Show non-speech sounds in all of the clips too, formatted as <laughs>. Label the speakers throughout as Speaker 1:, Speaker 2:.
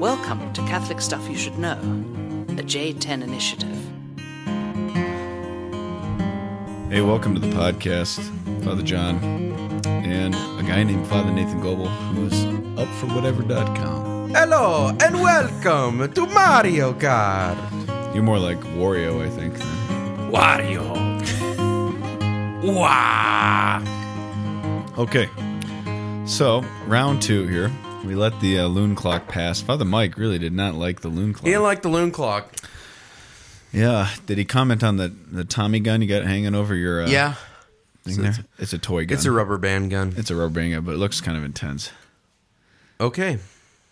Speaker 1: Welcome to Catholic Stuff You Should Know, the J10 Initiative.
Speaker 2: Hey, welcome to the podcast, Father John, and a guy named Father Nathan Goebel, who's up for whatever.com.
Speaker 3: Hello and welcome to Mario Kart.
Speaker 2: You're more like Wario, I think. than-
Speaker 3: Wario. Wah.
Speaker 2: Okay, so round two here. We let the uh, loon clock pass. Father Mike really did not like the loon
Speaker 3: He didn't
Speaker 2: clock.
Speaker 3: like the loon clock.
Speaker 2: Yeah, did he comment on the, the Tommy gun you got hanging over your uh,
Speaker 3: yeah.
Speaker 2: thing there? It's a toy gun.
Speaker 3: It's a rubber band gun.
Speaker 2: it's a rubber band gun, but it looks kind of intense.
Speaker 3: Okay.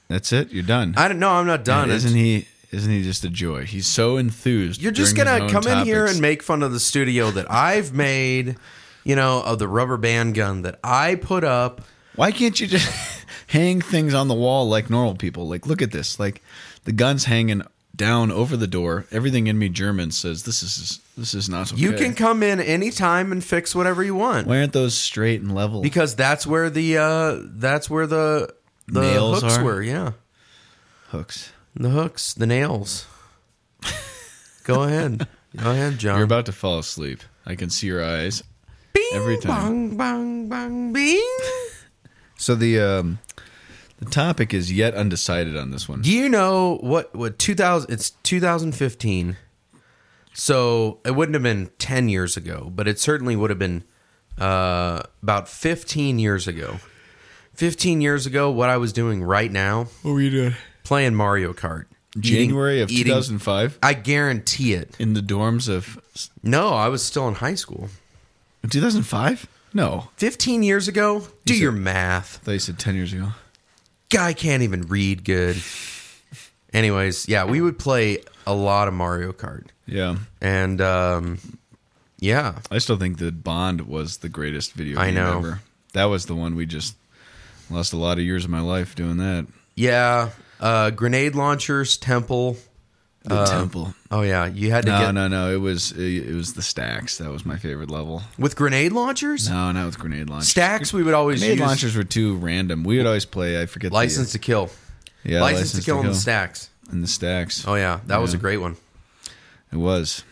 Speaker 2: That's it. You're done.
Speaker 3: I don't know. I'm not done.
Speaker 2: And isn't he? Isn't he just a joy? He's so enthused.
Speaker 3: You're just
Speaker 2: during his
Speaker 3: gonna
Speaker 2: own
Speaker 3: come in here
Speaker 2: topics.
Speaker 3: and make fun of the studio that I've made. You know, of the rubber band gun that I put up.
Speaker 2: Why can't you just <laughs> hang things on the wall like normal people? Like, look at this. Like, the gun's hanging down over the door. Everything in me German says this is this is not okay.
Speaker 3: You can come in anytime and fix whatever you want.
Speaker 2: Why aren't those straight and level?
Speaker 3: because that's where the uh that's where the the
Speaker 2: Nails
Speaker 3: hooks
Speaker 2: are?
Speaker 3: were yeah
Speaker 2: hooks.
Speaker 3: the hooks the nails go ahead go ahead john
Speaker 2: You're about to fall asleep. I can see your eyes.
Speaker 3: bing,
Speaker 2: every time.
Speaker 3: bang bang bang bing
Speaker 2: So the um, the topic is yet undecided on this one.
Speaker 3: do you know what what 2000 it's 2015 so it wouldn't have been 10 years ago but it certainly would have been uh about 15 years ago 15 years ago what i was doing right now
Speaker 2: What were you doing?
Speaker 3: playing mario kart Eating-
Speaker 2: January of
Speaker 3: eating-
Speaker 2: 2005
Speaker 3: I guarantee it.
Speaker 2: in the dorms of
Speaker 3: No, I was still in high school.
Speaker 2: 2005. No,
Speaker 3: 15 years ago? Do
Speaker 2: You said-
Speaker 3: your math.
Speaker 2: I thought you said 10 years ago.
Speaker 3: Guy can't even read good. Anyways, yeah, we would play a lot of Mario Kart.
Speaker 2: Yeah,
Speaker 3: And um yeah,
Speaker 2: I still think that Bond was the greatest video
Speaker 3: I
Speaker 2: game
Speaker 3: know.
Speaker 2: ever. That was the one we just lost a lot of years of my life doing that.
Speaker 3: yeah, uh grenade launchers, temple.
Speaker 2: The temple.
Speaker 3: Oh yeah, you had to
Speaker 2: Uh, No,
Speaker 3: get
Speaker 2: no, no. It was it, it was the stacks. That was my favorite level.
Speaker 3: with grenade launchers?
Speaker 2: No, not with grenade launchers.
Speaker 3: Stacks we would always
Speaker 2: Grenade
Speaker 3: use
Speaker 2: launchers were too random. We would always play. I forget.
Speaker 3: license to kill.
Speaker 2: the, yeah,
Speaker 3: license, to kill on the stacks.
Speaker 2: and the stacks.
Speaker 3: Oh yeah, that was a
Speaker 2: Yeah. Uh,
Speaker 3: great one.
Speaker 2: It was.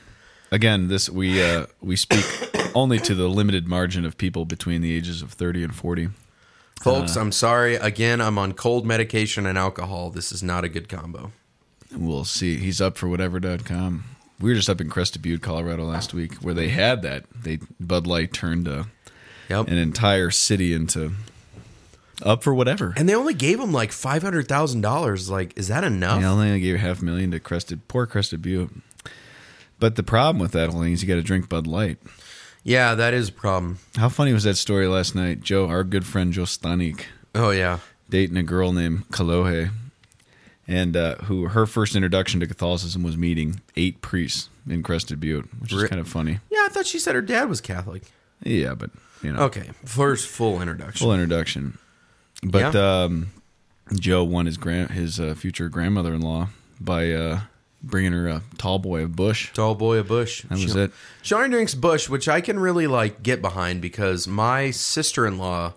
Speaker 2: Again, this we uh, we
Speaker 3: <coughs>
Speaker 2: speak only to the limited margin of people between the ages of thirty and forty.
Speaker 3: Folks, I'm sorry. Again, I'm on cold medication and alcohol. This is not a good combo.
Speaker 2: We'll see. He's up for whatever.com. We were just up in Crested Butte, Colorado last week where they had that. They Bud Light turned uh,
Speaker 3: Yep.
Speaker 2: an entire city into up for whatever.
Speaker 3: And they only gave him like five hundred thousand dollars. Like, is that enough?
Speaker 2: And I only gave half a million to Crested, poor Crested Butte. But the problem with that whole thing is you got to drink Bud Light.
Speaker 3: Yeah, that is a problem.
Speaker 2: How funny was that story last night? Joe, our good friend Joe Stanik,
Speaker 3: Oh yeah,
Speaker 2: dating a girl named Kalohe, and uh, who her first introduction to Catholicism was meeting eight priests in Crested Butte, which is
Speaker 3: Re-
Speaker 2: kind of funny.
Speaker 3: yeah. I thought she said her dad was Catholic.
Speaker 2: Yeah, but you know,
Speaker 3: Okay, first full introduction.
Speaker 2: full introduction. But um, Joe won his grand his uh, future grandmother in law by uh, bringing her a tall boy of bush.
Speaker 3: Tall boy of Bush.
Speaker 2: That was
Speaker 3: She-
Speaker 2: it.
Speaker 3: She only drinks Bush, which I can really like get behind because my sister in law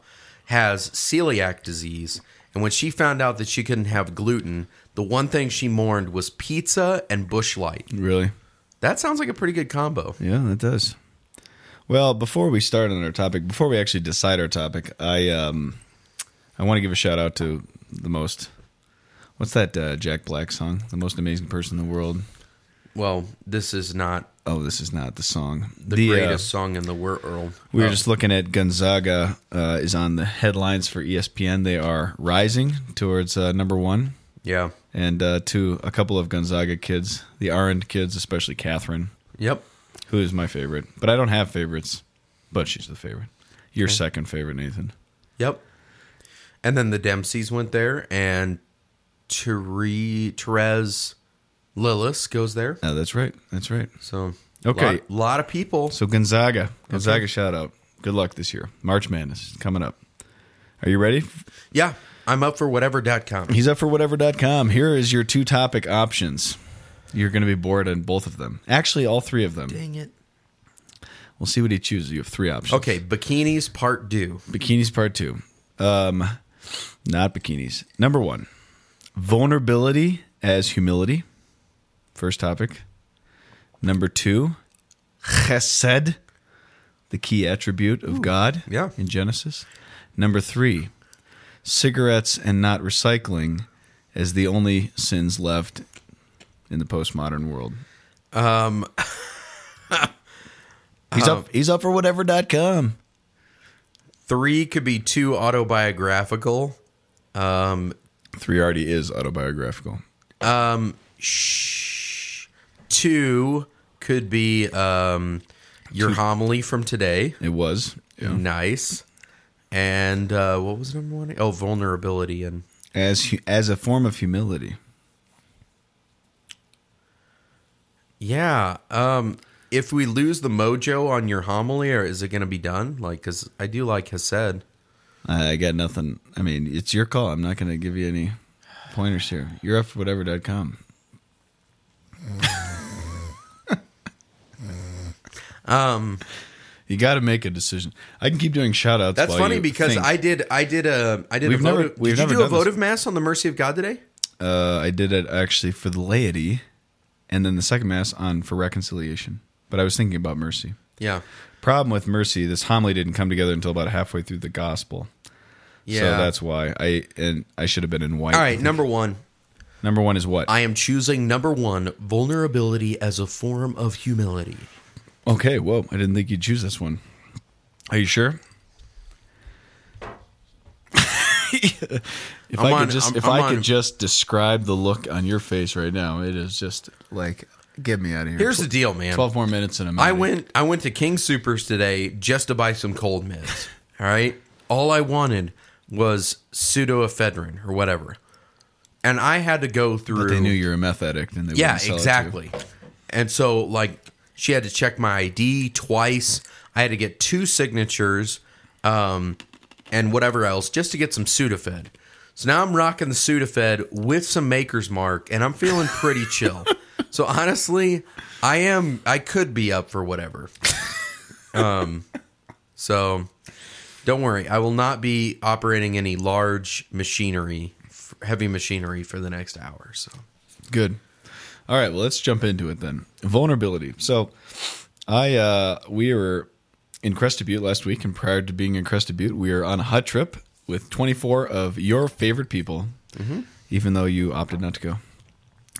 Speaker 3: has celiac disease, and when she found out that she couldn't have gluten, the one thing she mourned was pizza and Bush Light.
Speaker 2: Really?
Speaker 3: That sounds like a pretty good combo.
Speaker 2: Yeah, that does. Well, before we start on our topic, before we actually decide our topic, I um, I want to give a shout out to the most. What's that uh, Jack Black song? The most amazing person in the world.
Speaker 3: Well, this is not
Speaker 2: Oh, this is not the song.
Speaker 3: the,
Speaker 2: uh,
Speaker 3: greatest song in the world.
Speaker 2: We were
Speaker 3: Uh,
Speaker 2: just looking at Gonzaga uh, is on the headlines for E ESPN. They are rising towards uh, number one,
Speaker 3: yeah.
Speaker 2: and uh, to a couple of Gonzaga kids, the Arend kids, especially Catherine,
Speaker 3: Yep.
Speaker 2: who is my favorite. But I don't have favorites, but she's the favorite. Your second favorite, Nathan.
Speaker 3: Yep. And then the Dempseys went there, and Therese, Therese Lillis goes there.
Speaker 2: Oh, that's right. That's right.
Speaker 3: So
Speaker 2: Okay.
Speaker 3: lot, lot of people.
Speaker 2: So Gonzaga, Gonzaga, shout out. Good luck this year. March Madness is coming up. Are you ready?
Speaker 3: Yeah, I'm up for whatever.com.
Speaker 2: He's up for whatever.com. Here is your two topic options. You're going to be bored on both of them. Actually, all three of them.
Speaker 3: Dang it.
Speaker 2: We'll see what he chooses. You have three options.
Speaker 3: Okay, bikinis part due.
Speaker 2: Bikinis part two. Um, not bikinis. Number one, vulnerability as humility. First topic. Number two, chesed, the key attribute of God
Speaker 3: yeah.
Speaker 2: in Genesis. Number three, cigarettes and not recycling as the only sins left in the postmodern world.
Speaker 3: Um, <laughs> Oh.
Speaker 2: He's up he's up for whatever.com.
Speaker 3: three could be too autobiographical. Um,
Speaker 2: Three already is autobiographical.
Speaker 3: um, shh. Two could be um, your homily from today.
Speaker 2: It was. Yeah.
Speaker 3: Nice. And uh, what was number one? Oh, vulnerability and
Speaker 2: As hu- as a form of humility.
Speaker 3: yeah. Um, if we lose the mojo on your homily, or is it going to be done? Like, because I do like Hased.
Speaker 2: I I got nothing. I mean, it's your call. I'm not going to give you any pointers here. You're up for whatever.com.
Speaker 3: Um,
Speaker 2: You got to make a decision. I can keep doing shout outs.
Speaker 3: that's funny because I did. I did a. I did
Speaker 2: We've
Speaker 3: a vote.
Speaker 2: never-
Speaker 3: did
Speaker 2: we've
Speaker 3: you
Speaker 2: never
Speaker 3: do a
Speaker 2: done this.
Speaker 3: votive mass on the mercy of God today?
Speaker 2: uh, I did it actually for the laity and then the second mass on for reconciliation. But I was thinking about mercy.
Speaker 3: Yeah.
Speaker 2: Problem with mercy, this homily didn't come together until about halfway through the gospel.
Speaker 3: Yeah.
Speaker 2: So that's why I and I should have been in white.
Speaker 3: all right. Number one,
Speaker 2: Number one is what?
Speaker 3: I am choosing number one vulnerability as a form of humility.
Speaker 2: Okay, whoa. I didn't think you'd choose this one. Are you sure? <laughs> if
Speaker 3: I'm
Speaker 2: i
Speaker 3: on-
Speaker 2: could just
Speaker 3: I'm-
Speaker 2: if
Speaker 3: I'm
Speaker 2: i
Speaker 3: on-
Speaker 2: could just describe the look on your face right now, it is just like get me out of here.
Speaker 3: Here's the deal, man.
Speaker 2: Twelve more minutes and I'm
Speaker 3: I
Speaker 2: outta here.
Speaker 3: went I went to King Supers today just to buy some cold meds. All right. All I wanted was pseudoephedrine or whatever. And I had to go
Speaker 2: But
Speaker 3: through
Speaker 2: they knew you're a meth addict and they
Speaker 3: Yeah,
Speaker 2: wouldn't sell it to you.
Speaker 3: exactly. And so like she had to check my ID twice. I had to get two signatures um and whatever else just to get some Sudafed. So now I'm rocking the Sudafed with some Maker's Mark and I'm
Speaker 2: <laughs>
Speaker 3: feeling pretty chill. So honestly, I am I could be up for
Speaker 2: <laughs>
Speaker 3: whatever. Um, So don't worry, I will not be operating any large machinery, f- heavy machinery for the next hour. So
Speaker 2: Good. All right, well, let's jump into it then. Vulnerability. So, I uh we were in Crested Butte last week, and prior to being in Crested Butte, we were on a hut trip with 24 of your favorite people. Even though you opted not to go,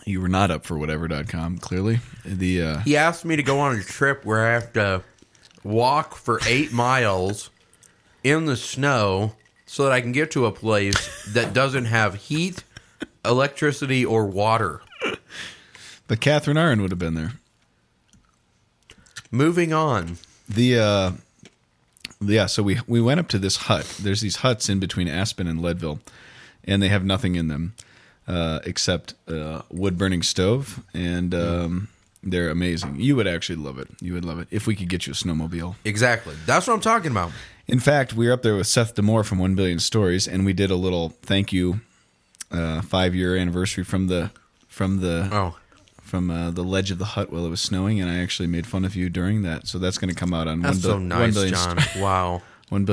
Speaker 2: you were not up for whatever.com. Clearly, the uh,
Speaker 3: he asked me to go on a trip where I have to walk for eight miles in the snow so that I can get to a place that doesn't have heat, electricity, or water.
Speaker 2: but Catherine Iron would have been there.
Speaker 3: Moving on.
Speaker 2: The uh yeah, so we we went up to this hut. There's these huts in between Aspen and Leadville, and they have nothing in them uh, except uh, wood burning stove, and um, they're amazing. You would actually love it. You would love it if we could get you a snowmobile.
Speaker 3: Exactly. That's what I'm talking about.
Speaker 2: In fact, we were up there with Seth Demore from One Billion Stories, and we did a little thank you uh, five year anniversary from the from the
Speaker 3: Oh,
Speaker 2: from uh, the ledge of the hut while it was snowing, and I actually made fun of you during that. So that's going to come out on
Speaker 3: that's so
Speaker 2: One, Bil- One
Speaker 3: nice,
Speaker 2: Billion
Speaker 3: John.
Speaker 2: Stories. <laughs>
Speaker 3: Wow.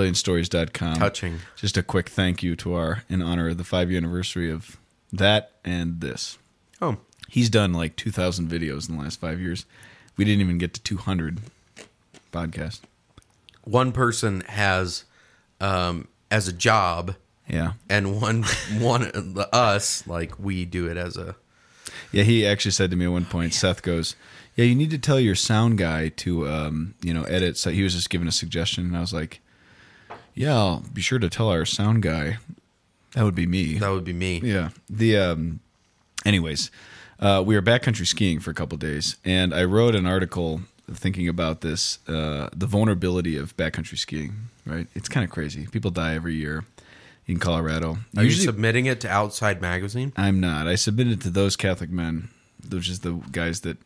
Speaker 2: 1billionstories.com.
Speaker 3: Touching.
Speaker 2: Just a quick thank you to our, in honor of the five year anniversary of that and this.
Speaker 3: Oh,
Speaker 2: He's done like 2,000 videos in the last five years. We didn't even get to 200 podcasts.
Speaker 3: one person has um, as a job
Speaker 2: Yeah.
Speaker 3: and one <laughs> one us like we do it as a
Speaker 2: Yeah, he actually said to me at one point, Seth goes, Yeah, you need to tell your sound guy to, um, you know, edit. So he was just giving a suggestion, and I was like, Yeah, I'll be sure to tell our sound guy. That would be me.
Speaker 3: that would be me
Speaker 2: Yeah. The um anyways, uh we were backcountry skiing for a couple days and I wrote an article thinking about this uh the vulnerability of backcountry skiing, right? It's kind of crazy. People die every year in Colorado.
Speaker 3: are you submitting it to outside magazine
Speaker 2: I'm not. I submitted to those Catholic men, which is the guys that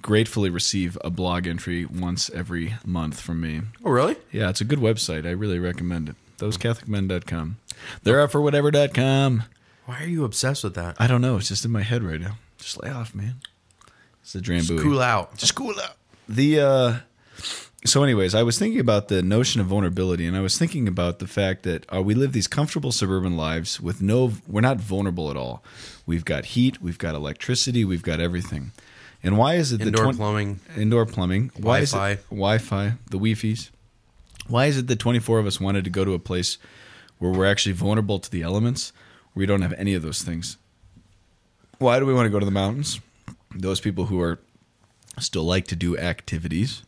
Speaker 2: gratefully receive a blog entry once every month from me.
Speaker 3: oh really
Speaker 2: Yeah, it's a good website. I really recommend it. ThoseCatholicMen.com. They're up for whatever.com.
Speaker 3: why are you obsessed with that
Speaker 2: I don't know. It's just in my head right now. Just lay off, man. It's the Drambuie.
Speaker 3: cool out
Speaker 2: Just cool out. The uh, so anyways i was thinking about the notion of vulnerability and i was thinking about the fact that uh, we live these comfortable suburban lives with no we're not vulnerable at all we've got heat we've got electricity we've got everything and why is it the
Speaker 3: Indoor
Speaker 2: twen-
Speaker 3: plumbing.
Speaker 2: indoor plumbing why is
Speaker 3: Wi-Fi.
Speaker 2: it wi-fi the wi-fi's why is it that 24 of us wanted to go to a place where we're actually vulnerable to the elements where we don't have any of those things why do we want to go to the mountains those people who are still like to do activities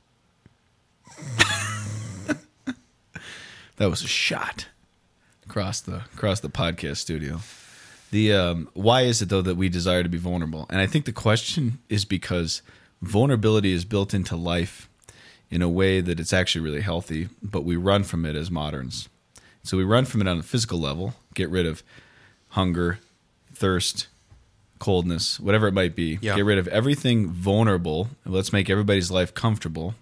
Speaker 2: <laughs> that was a shot across the across the podcast studio the um, why is it though that we desire to be vulnerable and i think the question is because vulnerability is built into life in a way that it's actually really healthy but we run from it as moderns so we run from it on a physical level get rid of hunger thirst coldness whatever it might be
Speaker 3: Yeah.
Speaker 2: get rid of everything vulnerable let's make everybody's life comfortable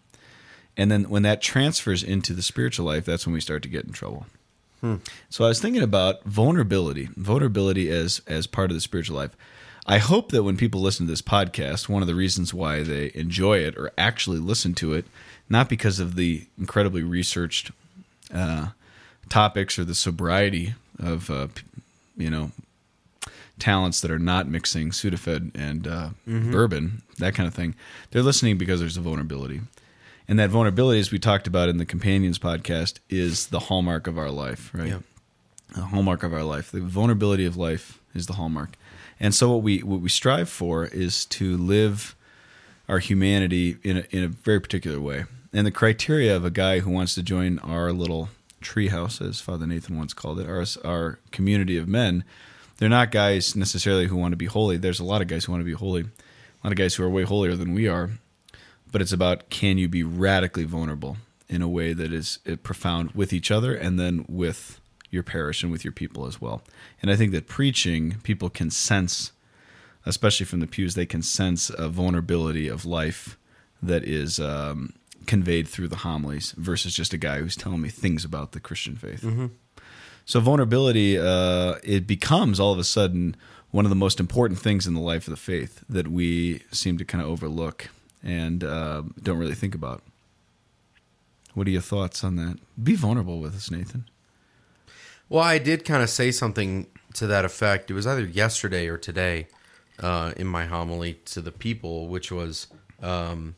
Speaker 2: and then when that transfers into the spiritual life that's when we start to get in trouble so I was thinking about vulnerability, vulnerability as as part of the spiritual life. I hope that when people listen to this podcast, one of the reasons why they enjoy it or actually listen to it, not because of the incredibly researched uh, topics or the sobriety of uh, p- you know talents that are not mixing Sudafed and uh, bourbon, that kind of thing. They're listening because there's a vulnerability. And that vulnerability, as we talked about in the Companions podcast, is the hallmark of our life, right?
Speaker 3: Yeah.
Speaker 2: The hallmark of our life. The vulnerability of life is the hallmark. And so what we what we strive for is to live our humanity in a, in a very particular way. And the criteria of a guy who wants to join our little treehouse, as Father Nathan once called it, our our community of men, they're not guys necessarily who want to be holy. There's a lot of guys who want to be holy, a lot of guys who are way holier than we are. But it's about can you be radically vulnerable in a way that is uh, profound with each other and then with your parish and with your people as well. And I think that preaching, people can sense especially from the pews, they can sense a vulnerability of life that is um, conveyed through the homilies versus just a guy who's telling me things about the Christian faith. So vulnerability, uh, it becomes all of a sudden one of the most important things in the life of the faith that we seem to kind of overlook and uh, don't really think about. What are your thoughts on that? Be vulnerable with us, Nathan.
Speaker 3: Well, I did kind of say something to that effect. It was either yesterday or today uh, in my homily to the people, which was um,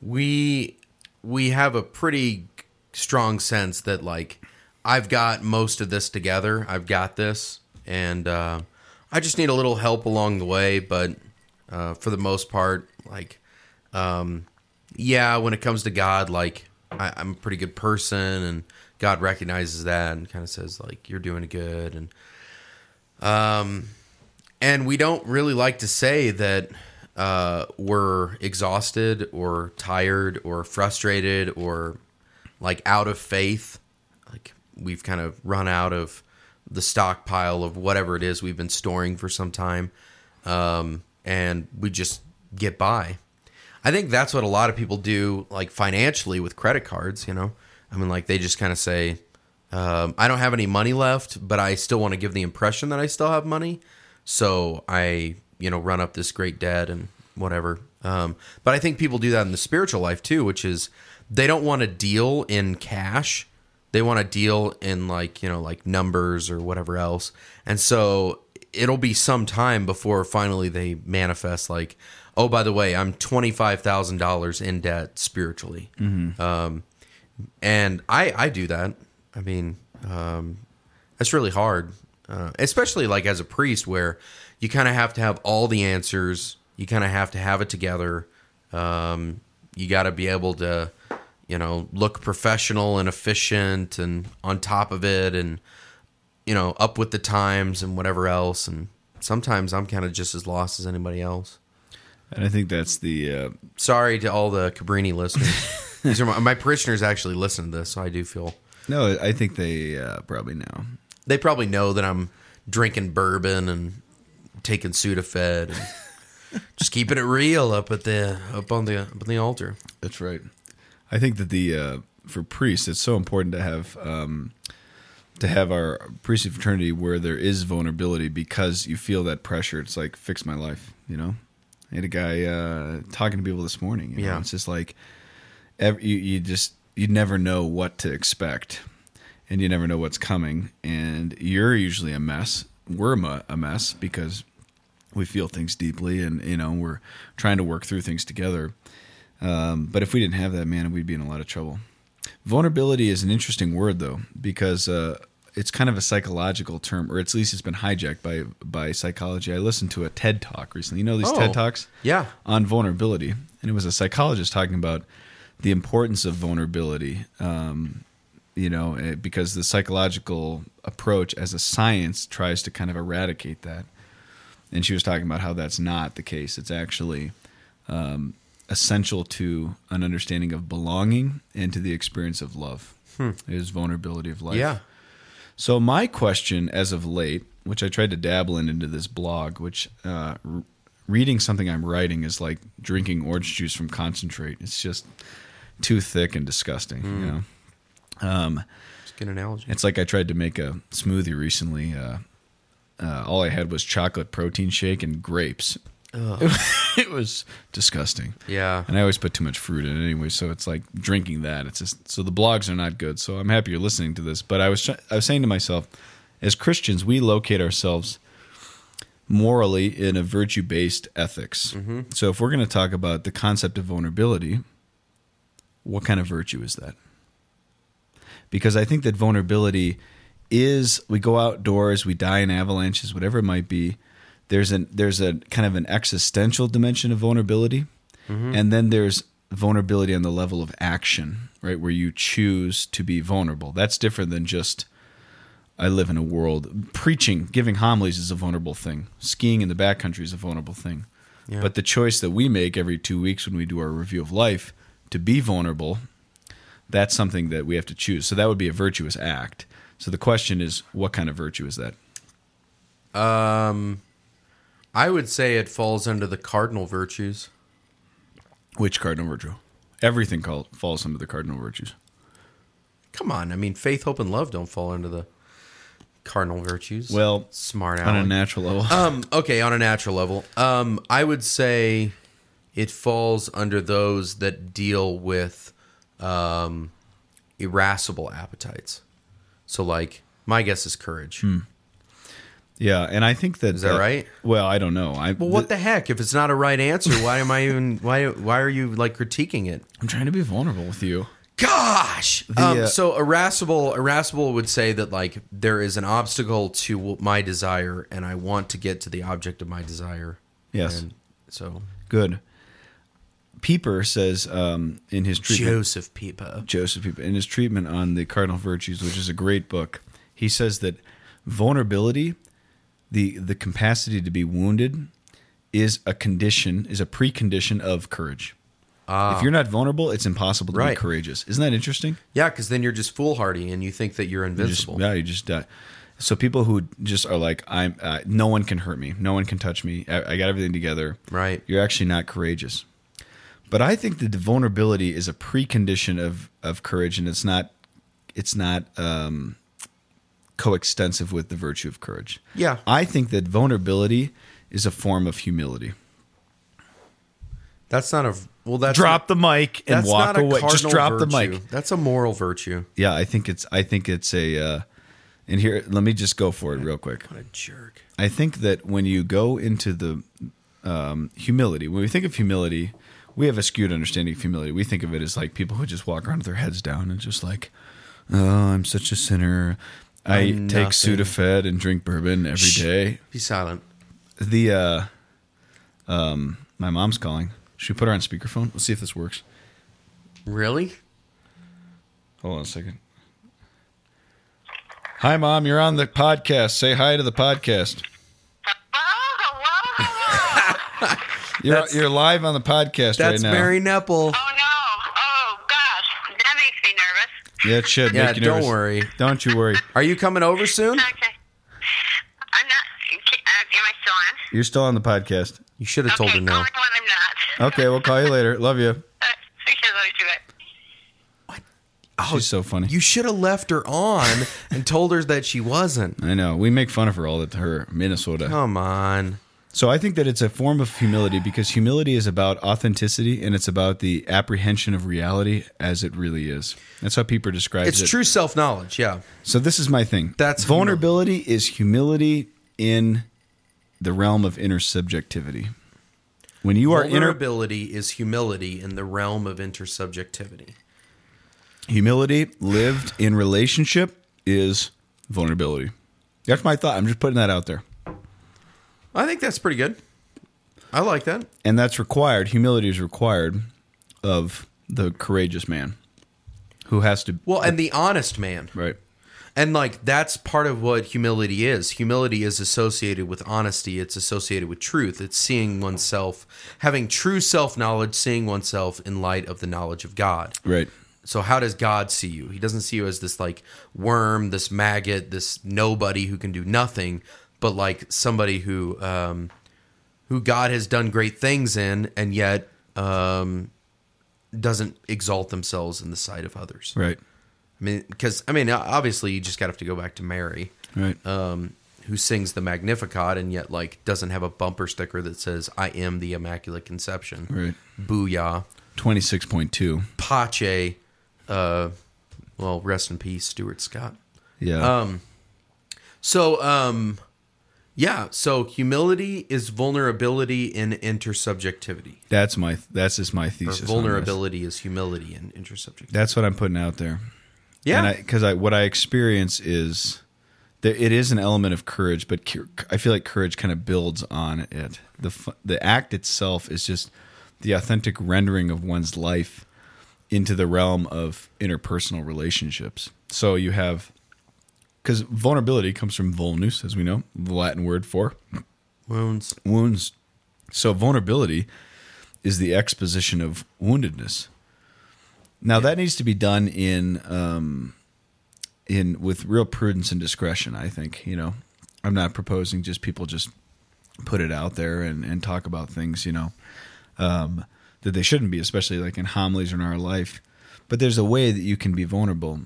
Speaker 3: we we have a pretty strong sense that like I've got most of this together. I've got this, and uh, I just need a little help along the way. But uh, for the most part, like um, yeah, when it comes to God, like I, I'm a pretty good person, and God recognizes that and kind of says like you're doing good, and um, and we don't really like to say that uh, we're exhausted or tired or frustrated or like out of faith, like we've kind of run out of the stockpile of whatever it is we've been storing for some time, um, and we just get by. I think that's what a lot of people do, like financially with credit cards. You know, I mean, like they just kind of say, um, "I don't have any money left, but I still want to give the impression that I still have money." So I, you know, run up this great debt and whatever. Um, but I think people do that in the spiritual life too, which is they don't want to deal in cash. They want to deal in like you know like numbers or whatever else, and so it'll be some time before finally they manifest like oh by the way i'm $25000 in debt spiritually um, and i i do that i mean um, that's really hard uh, especially like as a priest where you kind of have to have all the answers you kind of have to have it together um, you got to be able to you know look professional and efficient and on top of it and you know, up with the times and whatever else. And sometimes I'm kind of just as lost as anybody else.
Speaker 2: And I think that's the uh,
Speaker 3: Sorry to all the Cabrini listeners. These are my, my parishioners actually listen to this, so I do feel
Speaker 2: no. I think they uh, probably know.
Speaker 3: they probably know that I'm drinking bourbon and taking Sudafed and
Speaker 2: <laughs>
Speaker 3: just keeping it real up at the up on the up on the altar.
Speaker 2: That's right. I think that the uh, for priests, it's so important to have um, to have our priestly fraternity where there is vulnerability because you feel that pressure. It's like fix my life, you know. I had a guy uh, talking to people this morning. you know?
Speaker 3: Yeah.
Speaker 2: it's just like ev you, you just you never know what to expect, and you never know what's coming. And you're usually a mess. We're a mu- a mess because we feel things deeply, and you know we're trying to work through things together. Um, but if we didn't have that, man, we'd be in a lot of trouble. Vulnerability is an interesting word, though, because uh, it's kind of a psychological term, or at least it's been hijacked by by psychology. I listened to a TED talk recently. You know these
Speaker 3: Oh,
Speaker 2: TED talks,
Speaker 3: yeah.
Speaker 2: on vulnerability, and it was a psychologist talking about the importance of vulnerability. Um, you know, eh, because the psychological approach as a science tries to kind of eradicate that, and she was talking about how that's not the case. It's actually um, essential to an understanding of belonging and to the experience of love is vulnerability of life.
Speaker 3: Hmm. Yeah.
Speaker 2: So my question, as of late, which I tried to dabble in into this blog, which uh, r- reading something I'm writing is like drinking orange juice from concentrate. It's just too thick and disgusting. You know.
Speaker 3: It's a good analogy.
Speaker 2: It's like I tried to make a smoothie recently. Uh, uh, all I had was chocolate protein shake and grapes. <laughs> it was disgusting.
Speaker 3: Yeah.
Speaker 2: And I always put too much fruit in it anyway, so it's like drinking that. It's just so the blogs are not good. So I'm happy you're listening to this, but I was try- I was saying to myself, as Christians, we locate ourselves morally in a virtue-based ethics. So if we're going to talk about the concept of vulnerability, what kind of virtue is that? because I think that vulnerability is we go outdoors, we die in avalanches, whatever it might be. There's an there's a kind of an existential dimension of vulnerability, and then there's vulnerability on the level of action, right, where you choose to be vulnerable. That's different than just I live in a world preaching, giving homilies is a vulnerable thing. Skiing in the backcountry is a vulnerable thing.
Speaker 3: Yeah.
Speaker 2: But the choice that we make every two weeks when we do our review of life to be vulnerable that's something that we have to choose. So that would be a virtuous act. So the question is, what kind of virtue is that?
Speaker 3: I would say it falls under the cardinal virtues.
Speaker 2: Which cardinal virtue? Everything called, falls under the cardinal virtues.
Speaker 3: Come on, I mean, faith, hope, and love don't fall under the cardinal virtues.
Speaker 2: Well,
Speaker 3: smart
Speaker 2: on a
Speaker 3: aleck.
Speaker 2: natural level.
Speaker 3: um, okay, on a natural level, um, I would say it falls under those that deal with um, irascible appetites. So, like, my guess is courage.
Speaker 2: Hmm. yeah, and I think that
Speaker 3: Is that right?
Speaker 2: Well, I don't know. I
Speaker 3: Well, what the heck? If it's not a right answer, why am I even? <laughs> Why why are you like critiquing it?
Speaker 2: I'm trying to be vulnerable with you.
Speaker 3: Gosh. um,
Speaker 2: uh,
Speaker 3: so irascible, irascible would say that like there is an obstacle to w- my desire, and I want to get to the object of my desire.
Speaker 2: Yes.
Speaker 3: And so
Speaker 2: Good. Pieper says um, in his treatment,
Speaker 3: Joseph Pieper.
Speaker 2: Joseph Pieper, in his treatment on the cardinal virtues, which is a great book, he says that vulnerability, the the capacity to be wounded, is a condition, is a precondition of courage. if you're not vulnerable, it's impossible to
Speaker 3: Right.
Speaker 2: be courageous. Isn't that interesting?
Speaker 3: Yeah, because then you're just foolhardy and you think that you're
Speaker 2: You just,
Speaker 3: invincible.
Speaker 2: yeah, you just die. So people who just are like, I'm, uh, no one can hurt me, no one can touch me. I, I got everything together.
Speaker 3: Right.
Speaker 2: You're actually not courageous. But I think that the vulnerability is a precondition of of courage, and it's not it's not um, coextensive with the virtue of courage.
Speaker 3: Yeah.
Speaker 2: I think that vulnerability is a form of humility.
Speaker 3: That's not a well. That's
Speaker 2: Drop the mic and
Speaker 3: that's
Speaker 2: walk
Speaker 3: not a
Speaker 2: away. Just
Speaker 3: cardinal
Speaker 2: drop the
Speaker 3: virtue.
Speaker 2: mic.
Speaker 3: That's a moral virtue.
Speaker 2: Yeah, I think it's I think it's a. Uh, and here, let me just go for it real quick.
Speaker 3: What a jerk.
Speaker 2: I think that when you go into the um, humility, when we think of humility, we have a skewed understanding of humility. We think of it as like people who just walk around with their heads down and just like, oh, I'm such a sinner. I
Speaker 3: I'm
Speaker 2: take
Speaker 3: nothing."
Speaker 2: Sudafed and drink bourbon every
Speaker 3: Shh.
Speaker 2: day.
Speaker 3: Be silent.
Speaker 2: The uh, um, my mom's calling. Should we put her on speakerphone? Let's see if this works.
Speaker 3: Really?
Speaker 2: Hold on a second. Hi, mom. You're on the podcast. Say hi to the podcast.
Speaker 4: Oh, wow.
Speaker 2: You're
Speaker 3: That's-
Speaker 2: you're live on the podcast right
Speaker 3: That's
Speaker 2: now.
Speaker 3: Mary Nepple.
Speaker 4: oh no. Oh gosh. That makes me nervous.
Speaker 2: Yeah, it should.
Speaker 3: Yeah,
Speaker 2: make you
Speaker 3: don't
Speaker 2: nervous.
Speaker 3: worry.
Speaker 2: Don't you worry.
Speaker 3: Are you coming over soon?
Speaker 4: Okay. I'm not. Uh, am I still on?
Speaker 2: You're still on the podcast.
Speaker 3: You should have told
Speaker 4: okay,
Speaker 3: her no.
Speaker 4: call me when I'm not.
Speaker 2: Okay, we'll call you later. Love you.
Speaker 4: Uh, <laughs> we should let her do it.
Speaker 2: She's so funny.
Speaker 3: Oh, You should have left her on and told her that she wasn't.
Speaker 2: I know. We make fun of her all the her Minnesota.
Speaker 3: Come on.
Speaker 2: So I think that it's a form of humility because humility is about authenticity and it's about the apprehension of reality as it really is. That's how Pieper describes
Speaker 3: It's
Speaker 2: it.
Speaker 3: true self knowledge. Yeah.
Speaker 2: So this is my thing.
Speaker 3: That's
Speaker 2: vulnerability is humility in the realm of inner subjectivity. When you are inner
Speaker 3: Vulnerability is humility in the realm of intersubjectivity.
Speaker 2: humility lived in relationship is vulnerability. That's my thought. I'm just putting that out there.
Speaker 3: I think that's pretty good. I like that.
Speaker 2: And that's required. Humility is required of the courageous man who has to
Speaker 3: Well, and the honest man.
Speaker 2: right.
Speaker 3: And like that's part of what humility is. Humility is associated with honesty, it's associated with truth. It's seeing oneself, having true self-knowledge, seeing oneself in light of the knowledge of God.
Speaker 2: Right.
Speaker 3: So how does God see you? He doesn't see you as this like worm, this maggot, this nobody who can do nothing, but like somebody who um who God has done great things in and yet um doesn't exalt themselves in the sight of others.
Speaker 2: Right.
Speaker 3: I mean, because I mean, obviously, you just got to have to go back to Mary,
Speaker 2: Right.
Speaker 3: um, who sings the Magnificat and yet like doesn't have a bumper sticker that says "I am the Immaculate Conception."
Speaker 2: Right.
Speaker 3: Booyah,
Speaker 2: 26.2.
Speaker 3: Pache. Uh, well, rest in peace, Stuart Scott.
Speaker 2: Yeah.
Speaker 3: Um, so, um, yeah. So humility is vulnerability in intersubjectivity.
Speaker 2: that's my that's just my
Speaker 3: Or
Speaker 2: thesis. on this.
Speaker 3: vulnerability is humility in intersubjectivity.
Speaker 2: That's what I'm putting out there.
Speaker 3: Yeah.
Speaker 2: because I, what I experience is that it is an element of courage, but cur- I feel like courage kind of builds on it. the fu- The act itself is just the authentic rendering of one's life into the realm of interpersonal relationships. So you have because vulnerability comes from vulnus, as we know, the Latin word for
Speaker 3: Wounds.
Speaker 2: wounds. So vulnerability is the exposition of woundedness. Now that needs to be done in um, in with real prudence and discretion. I think you know I'm not proposing just people just put it out there and, and talk about things you know um, that they shouldn't be, especially like in homilies or in our life. But there's a way that you can be vulnerable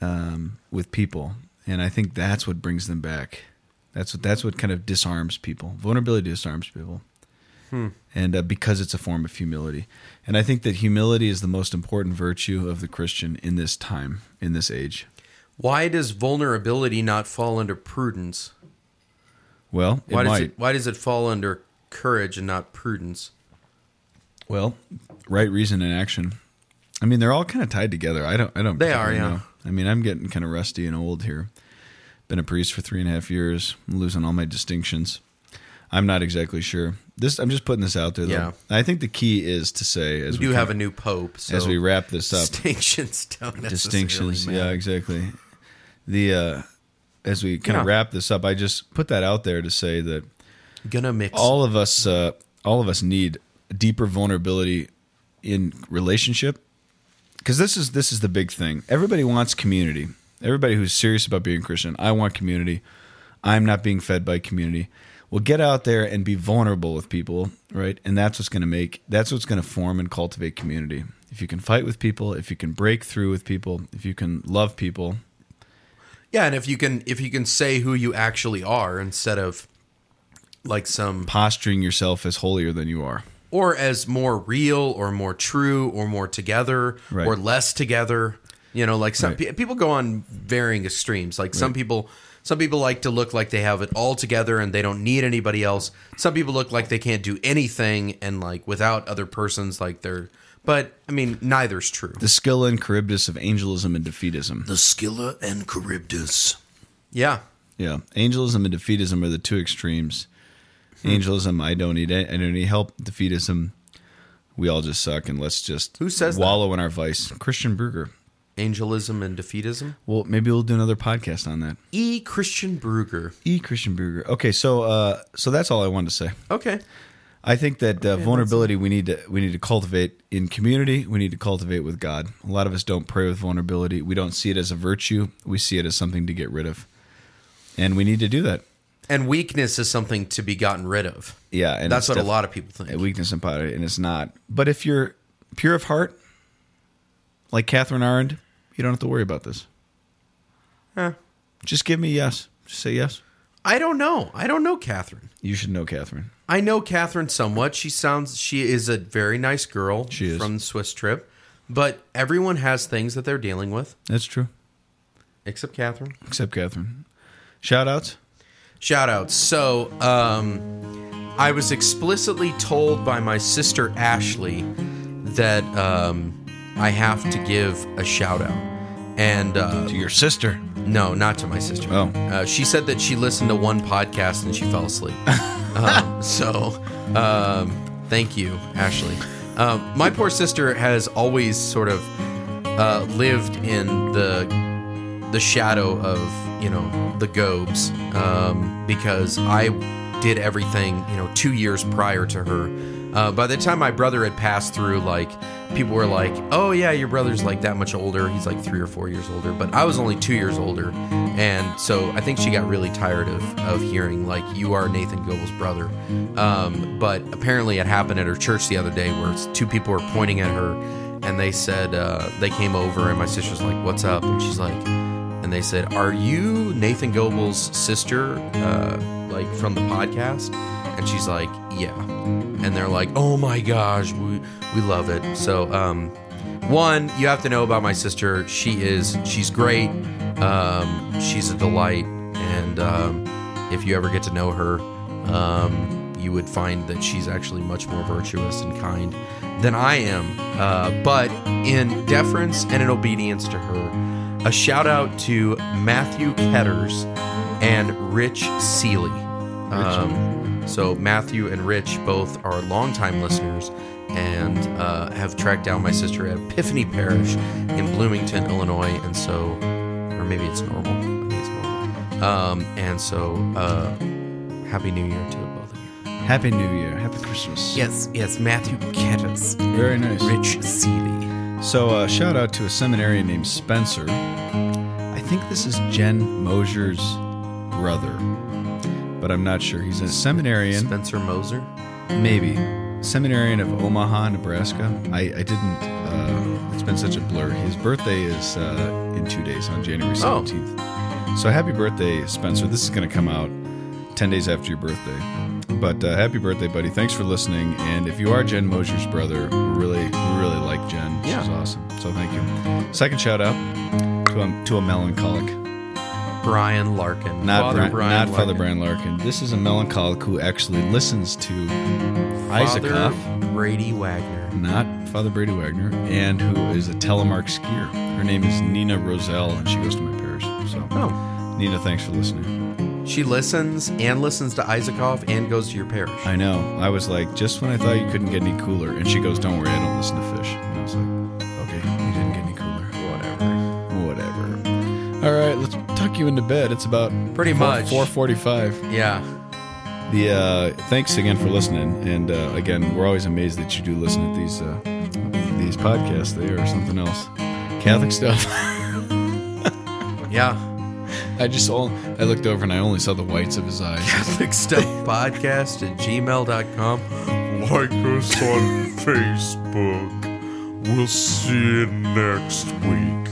Speaker 2: um, with people, and I think that's what brings them back. That's what that's what kind of disarms people. Vulnerability disarms people,
Speaker 3: Hmm.
Speaker 2: and uh, because it's a form of humility, and I think that humility is the most important virtue of the Christian in this time, in this age.
Speaker 3: Why does vulnerability not fall under prudence?
Speaker 2: Well, it
Speaker 3: Why does
Speaker 2: might.
Speaker 3: it why does it fall under courage and not prudence?
Speaker 2: Well, right reason and action. I mean, they're all kind of tied together. I don't. I don't.
Speaker 3: They are,
Speaker 2: particularly
Speaker 3: yeah.
Speaker 2: know. I mean, I'm getting kind of rusty and old here. Been a priest for three and a half years. I'm losing all my distinctions. I'm not exactly sure. This. I'm just putting this out there. Though.
Speaker 3: Yeah.
Speaker 2: I think the key is to say as
Speaker 3: We
Speaker 2: we,
Speaker 3: do
Speaker 2: kind
Speaker 3: have a
Speaker 2: of-
Speaker 3: new pope, so
Speaker 2: as we wrap this up.
Speaker 3: <laughs> distinctions don't necessarily
Speaker 2: distinctions.
Speaker 3: matter.
Speaker 2: Yeah, exactly. The uh, as we kind
Speaker 3: Yeah.
Speaker 2: of wrap this up, I just put that out there to say that
Speaker 3: Gonna mix
Speaker 2: all of us uh, all of us need deeper vulnerability in relationship because this is this is the big thing everybody wants community everybody who's serious about being christian i want community i'm not being fed by community well get out there and be vulnerable with people right and that's what's going to make that's what's going to form and cultivate community if you can fight with people if you can break through with people if you can love people
Speaker 3: Yeah, and if you can if you can say who you actually are instead of like some
Speaker 2: posturing yourself as holier than you are
Speaker 3: or as more real or more true or more together
Speaker 2: Right.
Speaker 3: or less together. You know, like some
Speaker 2: Right.
Speaker 3: pe- people go on varying extremes. Like some people, some people like to look like they have it all together and they don't need anybody else. Some people look like they can't do anything and like without other persons, like they're. But I mean, neither's true.
Speaker 2: the scylla and charybdis of angelism and defeatism
Speaker 5: The Scylla and Charybdis.
Speaker 3: Yeah,
Speaker 2: Yeah, angelism and defeatism are the two extremes.
Speaker 3: Hmm.
Speaker 2: Angelism, I don't need it. I don't need help. Defeatism, we all just suck, and let's just
Speaker 3: Who says that?
Speaker 2: wallow in our vice. Christian Bruger.
Speaker 3: angelism and defeatism.
Speaker 2: Well, maybe we'll do another podcast on that.
Speaker 3: E. Christian Bruger.
Speaker 2: E. Christian Bruger. Okay, so uh, so that's all I wanted to say.
Speaker 3: Okay.
Speaker 2: I think that uh, vulnerability we need to we need to cultivate in community. We need to cultivate with God. A lot of us don't pray with vulnerability. We don't see it as a virtue. We see it as something to get rid of, and we need to do that.
Speaker 3: And weakness is something to be gotten rid of.
Speaker 2: Yeah, and it's
Speaker 3: That's what a
Speaker 2: def-
Speaker 3: lot of people think.
Speaker 2: a weakness in pottery, and it's not. But if you're pure of heart, like Catherine Arend, you don't have to worry about this.
Speaker 3: Huh.
Speaker 2: Just give me yes. Just say yes.
Speaker 3: I don't know. I don't know Catherine.
Speaker 2: You should know Catherine.
Speaker 3: I know Catherine somewhat. She sounds she is a very nice girl
Speaker 2: She is.
Speaker 3: from the Swiss trip, but everyone has things that they're dealing with
Speaker 2: That's true.
Speaker 3: except Catherine.
Speaker 2: Except Catherine. Shout outs.
Speaker 3: Shout out. So, um, I was explicitly told by my sister Ashley that um, I have to give a shout out. And uh,
Speaker 2: To your sister.
Speaker 3: no, not to my sister.
Speaker 2: Oh.
Speaker 3: Uh, she said that she listened to one podcast and she fell asleep. um, so, um, thank you, Ashley. Um, my poor sister has always sort of uh, lived in the the shadow of you know the Gobes um, because I did everything you know two years prior to her. Uh, by the time my brother had passed through, like people were like, "Oh yeah, your brother's like that much older. He's like three or four years older." But I was only two years older, and so I think she got really tired of of hearing like, "You are Nathan Goebel's brother." Um, but apparently, it happened at her church the other day where s- two people were pointing at her. And they said uh, they came over, and my sister's like, "What's up?" And she's like, and they said, "Are you Nathan Goebel's sister, uh, like from the podcast?" And she's like, "Yeah." And they're like, "Oh my gosh, we we love it." So, um, one, you have to know about my sister. She is she's great. Um, she's a delight, and um, if you ever get to know her, um, you would find that she's actually much more virtuous and kind than I am. Uh, but in deference and in obedience to her. A shout out to Matthew Ketters and Rich Seeley. Um, so Matthew and Rich both are longtime listeners and uh, have tracked down my sister at Epiphany Parish in Bloomington, Illinois, and so, or maybe it's normal. I think it's normal. Um, and so, uh, happy New Year to both of you.
Speaker 2: Happy New Year. Happy Christmas.
Speaker 3: Yes, yes, Matthew Ketters,
Speaker 2: Very nice.
Speaker 3: Rich Seeley.
Speaker 2: So, uh, shout out to a seminarian named Spencer. I think this is Jen Mosier's brother, but I'm not sure. He's a seminarian,
Speaker 3: Spencer Moser.
Speaker 2: maybe. Seminarian of Omaha, Nebraska. I, I didn't, uh, it's been such a blur. His birthday is uh, in two days on January
Speaker 3: Oh.
Speaker 2: 17th. So, happy birthday, Spencer. This is going to come out 10 days after your birthday. But uh, happy birthday, buddy. Thanks for listening. And if you are Jen Mosier's brother, we really, we really like Jen.
Speaker 3: Yeah.
Speaker 2: She's awesome. So thank you. Second shout out to a, to a melancholic.
Speaker 3: Brian Larkin.
Speaker 2: Not,
Speaker 3: Father
Speaker 2: Bri-
Speaker 3: Brian
Speaker 2: not Father
Speaker 3: Larkin.
Speaker 2: Brian Larkin. This is a melancholic who actually listens to
Speaker 3: Father
Speaker 2: Isaacoff,
Speaker 3: Brady Wagner.
Speaker 2: not Father Brady Wagner, and who is a telemark skier. Her name is Nina Roselle, and she goes to my parish. So,
Speaker 3: Oh.
Speaker 2: Nina, thanks for listening.
Speaker 3: She listens and listens to Isaacov and goes to your parish.
Speaker 2: I know. I was like, just when I thought you couldn't get any cooler. And she goes, don't worry, I don't listen to fish. And I was like, okay, you didn't get any cooler.
Speaker 3: Whatever.
Speaker 2: Whatever. All right, let's tuck you into bed. It's about
Speaker 3: Pretty much.
Speaker 2: 4:45.
Speaker 3: Yeah.
Speaker 2: The uh, thanks again for listening, and uh, again, we're always amazed that you do listen to these uh, these podcasts. They are something else. Catholic stuff. <laughs>
Speaker 3: Yeah.
Speaker 2: I just all I looked over and I only saw the whites of his eyes. <laughs>
Speaker 3: Catholic Stuff Podcast at gmail.com.
Speaker 6: Like us on Facebook. We'll see you next week.